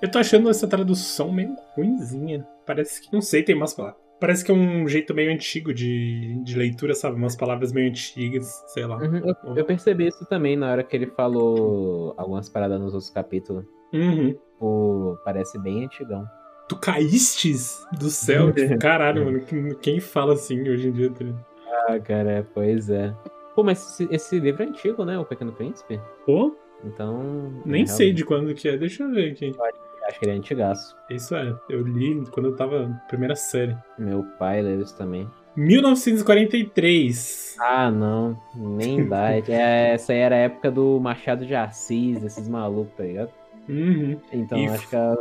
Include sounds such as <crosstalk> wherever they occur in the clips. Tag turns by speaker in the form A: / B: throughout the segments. A: Eu tô achando essa tradução meio ruinzinha. Parece que. Não sei, tem umas palavras. Parece que é um jeito meio antigo de, de leitura, sabe? Umas palavras meio antigas, sei lá.
B: Uhum, eu, eu percebi isso também na hora que ele falou algumas paradas nos outros capítulos.
A: Uhum.
B: Tipo, parece bem antigão.
A: Tu caístes do céu? Tipo, caralho, mano. quem- Quem fala assim hoje em dia? tá ligado?
B: Ah, cara, pois é. Pô, mas esse, esse livro é antigo, né? O Pequeno Príncipe?
A: Pô,
B: Então.
A: nem
B: é,
A: sei de quando que é. Deixa eu ver aqui.
B: realmente, Acho que ele é antigaço.
A: Isso é. Eu li quando eu tava na primeira série.
B: Meu pai leu isso também.
A: 1943.
B: Ah, não. <laughs> Nem dá. É, essa aí era a época do Machado de Assis, esses malucos, tá ligado?
A: Uhum.
B: Então
A: Isso.
B: acho que a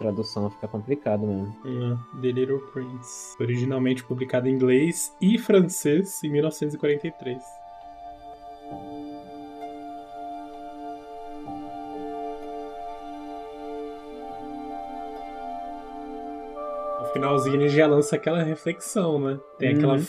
B: tradução fica complicado mesmo.
A: É, The Little Prince. Originalmente publicado em inglês e francês em 1943. No finalzinho ele já lança aquela reflexão, né? Tem, aquela,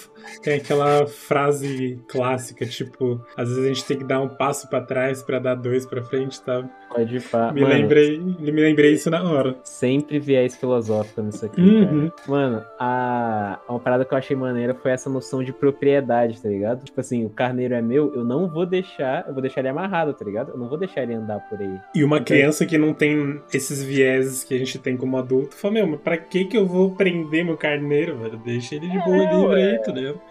A: tem aquela frase clássica, tipo, às vezes a gente tem que dar um passo pra trás pra dar dois pra frente, tá?
B: Pode falar.
A: Me lembrei, me lembrei isso na hora.
B: Sempre viés filosófico nisso aqui,
A: Uhum.
B: cara. Mano, a... uma parada que eu achei maneira foi essa noção de propriedade, tá ligado? Tipo assim, o carneiro é meu, eu não vou deixar, eu vou deixar ele amarrado, tá ligado? Eu não vou deixar ele andar por aí.
A: E uma criança que não tem esses vieses que a gente tem como adulto, fala, meu, mas pra que que eu vou prender meu carneiro, velho? Deixa ele de boa
B: É,
A: livre
B: ué.
A: aí, tá ligado?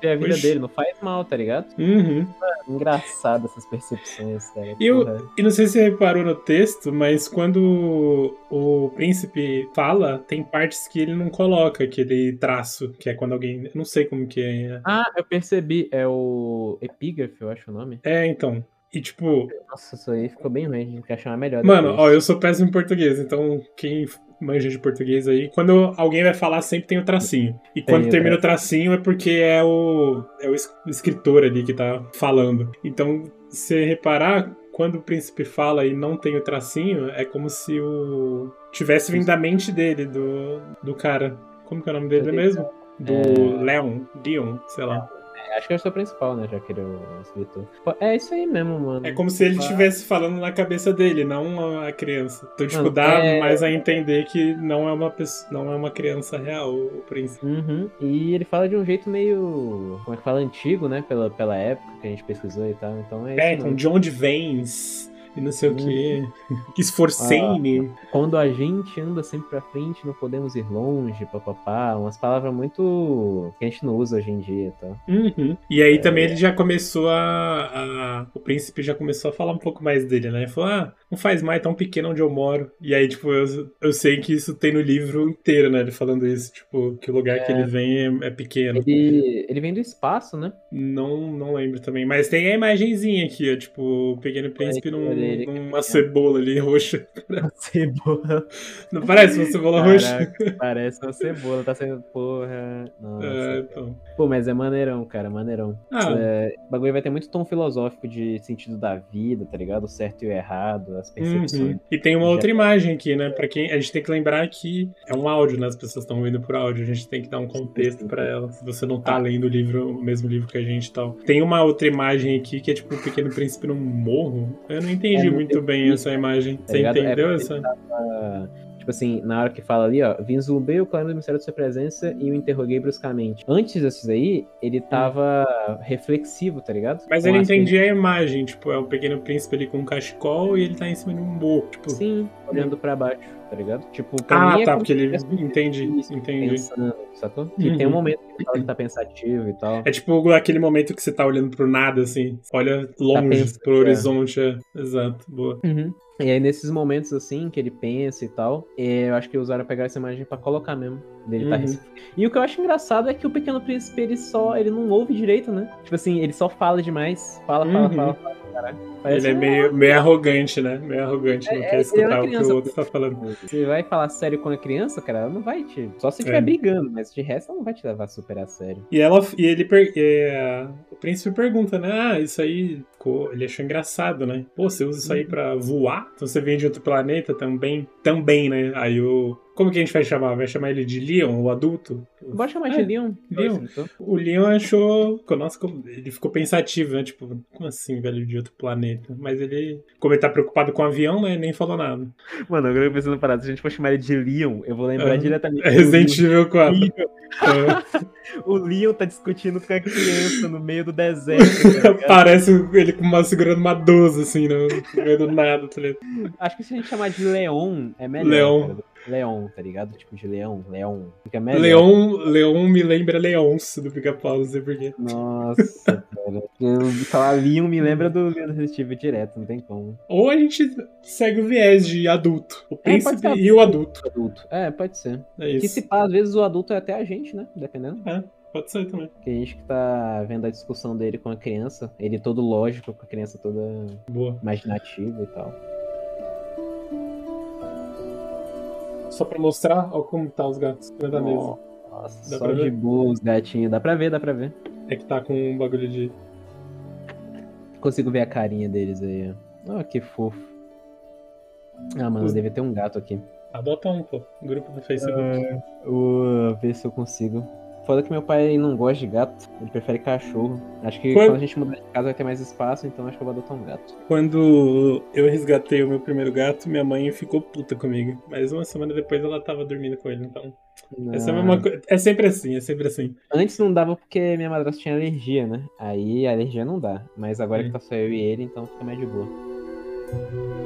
B: É a vida
A: Oxi.
B: dele, não faz mal, tá ligado?
A: Uhum.
B: Engraçado essas percepções, cara.
A: Eu-
B: Porra.
A: E não sei se você reparou no texto, mas quando o príncipe fala, tem partes que ele não coloca aquele traço, que é quando alguém... eu Não sei como que é.
B: Ah, eu percebi, é o epígrafe, eu acho o nome.
A: É, então... E tipo,
B: Nossa, isso aí ficou bem ruim, a gente quer chamar melhor.
A: mano,
B: depois.
A: ó, eu sou péssimo em português, então quem manja de português aí, quando alguém vai falar, sempre tem o tracinho. E quando
B: o
A: termina o tracinho é porque é o, é o es- escritor ali que tá falando. Então, se você reparar, quando o príncipe fala e não tem o tracinho, é como se o. tivesse vindo da mente dele, do, do cara. Como que é o nome dele então, mesmo? Do
B: É.
A: Leon, Dion, sei lá.
B: É, Acho que eu sou o principal, né? Já que ele é o escritor. Pô, É isso aí mesmo, mano.
A: É como se ele estivesse falando na cabeça dele, não a criança. Então, tipo,
B: Mano,
A: dá
B: é-
A: mais a entender que não é uma pessoa, não é uma criança real, o príncipe.
B: Uhum. E ele fala de um jeito meio. Como é que fala? Antigo, né? Pela, pela época que a gente pesquisou e tal. Então é isso.
A: É,
B: mesmo.
A: com de onde vens e não sei o quê.
B: Uhum.
A: <laughs> Esforcei-me.
B: Quando a gente anda sempre pra frente, não podemos ir longe, papapá. Umas palavras muito. que a gente não usa hoje em dia e tal.
A: Uhum. E aí
B: É.
A: também ele já começou a, a- O príncipe já começou a falar um pouco mais dele, né? Ele falou: ah, não faz mais tão pequeno onde eu moro. E aí, tipo, eu, eu sei que isso tem no livro inteiro, né? Ele falando isso, tipo, que o lugar que
B: É.
A: ele vem é, é pequeno.
B: Ele, ele vem do espaço, né?
A: Não, não lembro também. Mas tem a imagenzinha aqui, ó. Tipo, o Pequeno Príncipe num-
B: olha ele.
A: numa cebola ali <laughs> roxa.
B: Cebola.
A: Não parece uma cebola roxa?
B: Caraca, parece uma cebola, tá sendo porra. Nossa.
A: É, então.
B: Pô, mas é maneirão, cara, maneirão.
A: Ah.
B: É, o bagulho vai ter muito tom filosófico de sentido da vida, tá ligado? O certo e o errado, as percepções.
A: Uhum. E tem uma
B: Já-
A: outra imagem aqui, né? Para quem a gente tem que lembrar que é um áudio, né? As pessoas estão ouvindo por áudio, a gente tem que dar um contexto pra elas. Se você não tá
B: Ah.
A: lendo o livro, o mesmo livro que a gente e tal. Tem uma outra imagem aqui que é tipo o Pequeno Príncipe num morro. Eu não entendi
B: É, não
A: muito
B: tem-
A: bem essa imagem. Você
B: ligado? É
A: entendeu
B: porque
A: essa?
B: Ah, tipo assim, na hora que fala ali, ó, vislumbrei o claro do mistério de sua presença e o interroguei bruscamente. Antes desses aí, ele tava reflexivo, tá ligado?
A: Hum. Mas
B: Com
A: eu não
B: as
A: entendi a imagem, tipo, é o pequeno príncipe ali com um cachecol e ele tá em cima de um morro, tipo.
B: per- Sim, olhando pra baixo, tá ligado? Tipo, pra
A: ah,
B: mim é
A: tá,
B: como
A: porque
B: se
A: ele
B: tivesse
A: entendi,
B: é isso,
A: entendi.
B: pensando, sacou? Que tem um
A: Uhum.
B: momento que ele fala
A: <laughs>
B: que tá pensativo e tal.
A: É tipo aquele momento que você tá olhando pro nada, assim, olha longe
B: pensando,
A: pro
B: é. Uhum.
A: horizonte. é. Exato, boa.
B: E aí, nesses momentos, assim, que ele pensa e tal, é, eu acho que usaram pegar essa imagem pra colocar mesmo. Dele tá
A: Uhum.
B: rece- E o que eu acho engraçado é que o Pequeno Príncipe, ele só. Ele não ouve direito, né? Tipo assim, ele só fala demais. Fala, fala,
A: Uhum.
B: fala, fala. Caralho. Parece
A: ele é
B: um-
A: meio, meio arrogante, né? Meio arrogante, não
B: É, ele é
A: quer escutar
B: uma
A: o que
B: criança.
A: o outro tá falando.
B: Você vai falar sério com a criança, cara, ela não vai te. Só se estiver
A: É.
B: brigando, mas de resto ela não vai te levar super a sério.
A: E ela e ele per- é, o príncipe pergunta, né? Ah, isso aí ficou- ele achou engraçado, né? Pô, você usa isso aí pra voar? Então você vem de outro planeta também? Também, né? Aí o Como que a gente vai chamar? Vai chamar ele de Leon, o adulto?
B: Bora chamar de
A: É,
B: Leon.
A: Leon.
B: Então.
A: O Leon achou. Nossa, como- ele ficou pensativo, né? Tipo, como assim, velho, de outro planeta? Mas ele, como ele tá preocupado com o avião, né? Nem falou nada.
B: Mano, agora eu pensando na parada, se a gente for chamar ele de Leon, eu vou lembrar
A: É.
B: diretamente.
A: É
B: do
A: Resident Evil 4.
B: Leon.
A: É.
B: O Leon tá discutindo com a criança no meio do <laughs> deserto. tá ligado?
A: É, <laughs> Parece ele com uma, segurando uma 12, assim, no no meio do nada. Tá ligado?
B: Acho que se a gente chamar de Leon, é melhor.
A: Leon.
B: cara. Leon, tá ligado? Tipo de Leon, Leon. Fica melhor.
A: Leon, Leon me lembra Leonce do Pica-Pau, não sei porquê.
B: Nossa, <laughs> cara. Eu falar Leon me lembra do Leon Resident Evil direto, não tem como.
A: Ou a gente segue o viés de adulto. O
B: É, pode
A: príncipe
B: ser
A: e o adulto.
B: Adulto. É, pode ser.
A: É
B: Que
A: isso.
B: se pá, às vezes o adulto é até a gente, né? Dependendo.
A: Pode ser também.
B: Que a gente que tá vendo a discussão dele com a criança, ele todo lógico, com a criança toda
A: Boa.
B: imaginativa e tal.
A: Só pra mostrar, ó como tá os gatos né, da mesa.
B: Nossa,
A: Dá
B: só
A: pra
B: de
A: ver?
B: boa os gatinhos. Dá pra ver, dá pra ver.
A: É que tá com um bagulho de.
B: Consigo ver a carinha deles aí, ó. Ah, que fofo. Ah, mano,
A: Os-
B: deve ter um gato aqui.
A: Adota um, pô. Grupo do Facebook.
B: É. Vou ver se eu consigo. Foda que meu pai não gosta de gato, ele prefere cachorro. Acho que
A: Quando-
B: quando a gente mudar de casa vai ter mais espaço, então acho que eu vou adotar um gato.
A: Quando eu resgatei o meu primeiro gato, minha mãe ficou puta comigo. Mas uma semana depois ela tava dormindo com ele, então. Essa é a
B: Ah,
A: mesma coisa. É sempre assim, é sempre assim.
B: Antes não dava porque minha madrasta tinha alergia, né? Aí a alergia não dá. Mas agora
A: Hum.
B: que tá só eu e ele, então fica mais de boa. Agora é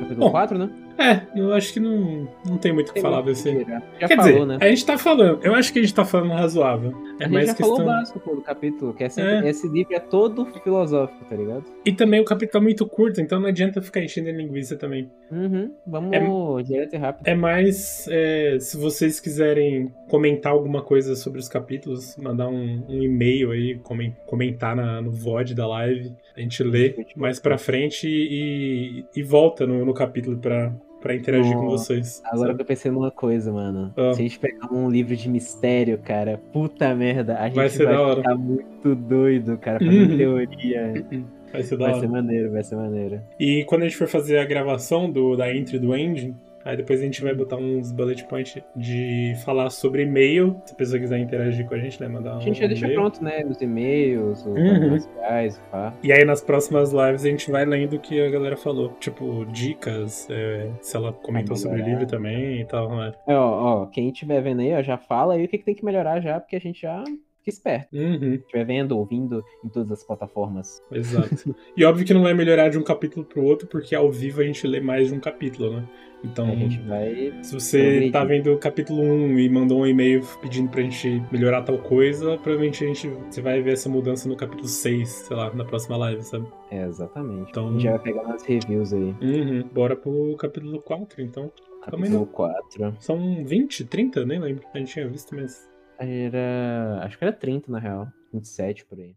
A: Bom,
B: Capítulo 4, né?
A: É, eu acho que não, não tem muito o que
B: Tem
A: falar
B: muito o que
A: desse.
B: tirar. Já
A: Quer
B: falou,
A: dizer,
B: né?
A: a gente tá falando. Eu acho que a gente tá falando razoável. É
B: a gente
A: mais
B: já
A: questão.
B: falou o básico pô, do capítulo, que é sempre- esse livro é todo filosófico, tá ligado?
A: E também o capítulo é muito curto, então não adianta ficar enchendo a linguiça também.
B: Uhum, vamos direto e rápido.
A: É mais é, se vocês quiserem comentar alguma coisa sobre os capítulos, mandar um, um e-mail aí, comen- comentar na- no VOD da live, a gente lê mais pra frente e, e volta no, no capítulo pra, pra interagir com
B: Nossa,
A: vocês.
B: Agora
A: sabe?
B: que eu pensei numa coisa, mano.
A: Ah.
B: Se a gente pegar um livro de mistério, cara, puta merda, a gente
A: Vai
B: vai,
A: ser da hora.
B: ficar muito doido, cara, fazendo
A: Uhum.
B: teoria.
A: Vai ser <laughs> da
B: Vai
A: hora. Então,
B: ser maneiro, vai ser maneiro.
A: E quando a gente for fazer a gravação do, da intro e do ending, aí depois a gente vai botar uns bullet points de falar sobre e-mail. Se a pessoa quiser interagir com a gente, né? Mandar um.
B: A gente já deixa
A: e-mail.
B: pronto, né? Os e-mails, os
A: Uhum.
B: uhum. sociais, pá.
A: E aí nas próximas lives a gente vai lendo o que a galera falou. Tipo, dicas, é, se ela comentou
B: Ah,
A: sobre o
B: melhorar.
A: livro também e tal, né?
B: É, ó, ó, quem estiver vendo aí, ó, já fala aí o que, que tem que melhorar já, porque a gente já fica esperto.
A: Uhum,
B: Estiver vendo, ouvindo em todas as plataformas.
A: exato. e óbvio que não vai melhorar de um capítulo pro outro, porque ao vivo a gente lê mais de um capítulo, né? Então,
B: É, A gente vai.
A: se você
B: progredir.
A: tá vendo o capítulo 1 e mandou um e-mail pedindo pra gente melhorar tal coisa, provavelmente a gente, você vai ver essa mudança no capítulo 6, sei lá, na próxima live, sabe?
B: É, exatamente.
A: Então-
B: A gente já vai pegar nas reviews aí.
A: Uhum, bora pro capítulo 4, então. Também não.
B: Capítulo 4.
A: São 20, 30? Nem lembro. A gente tinha visto, mas
B: Era. Acho que era 30, na real. 27 por aí.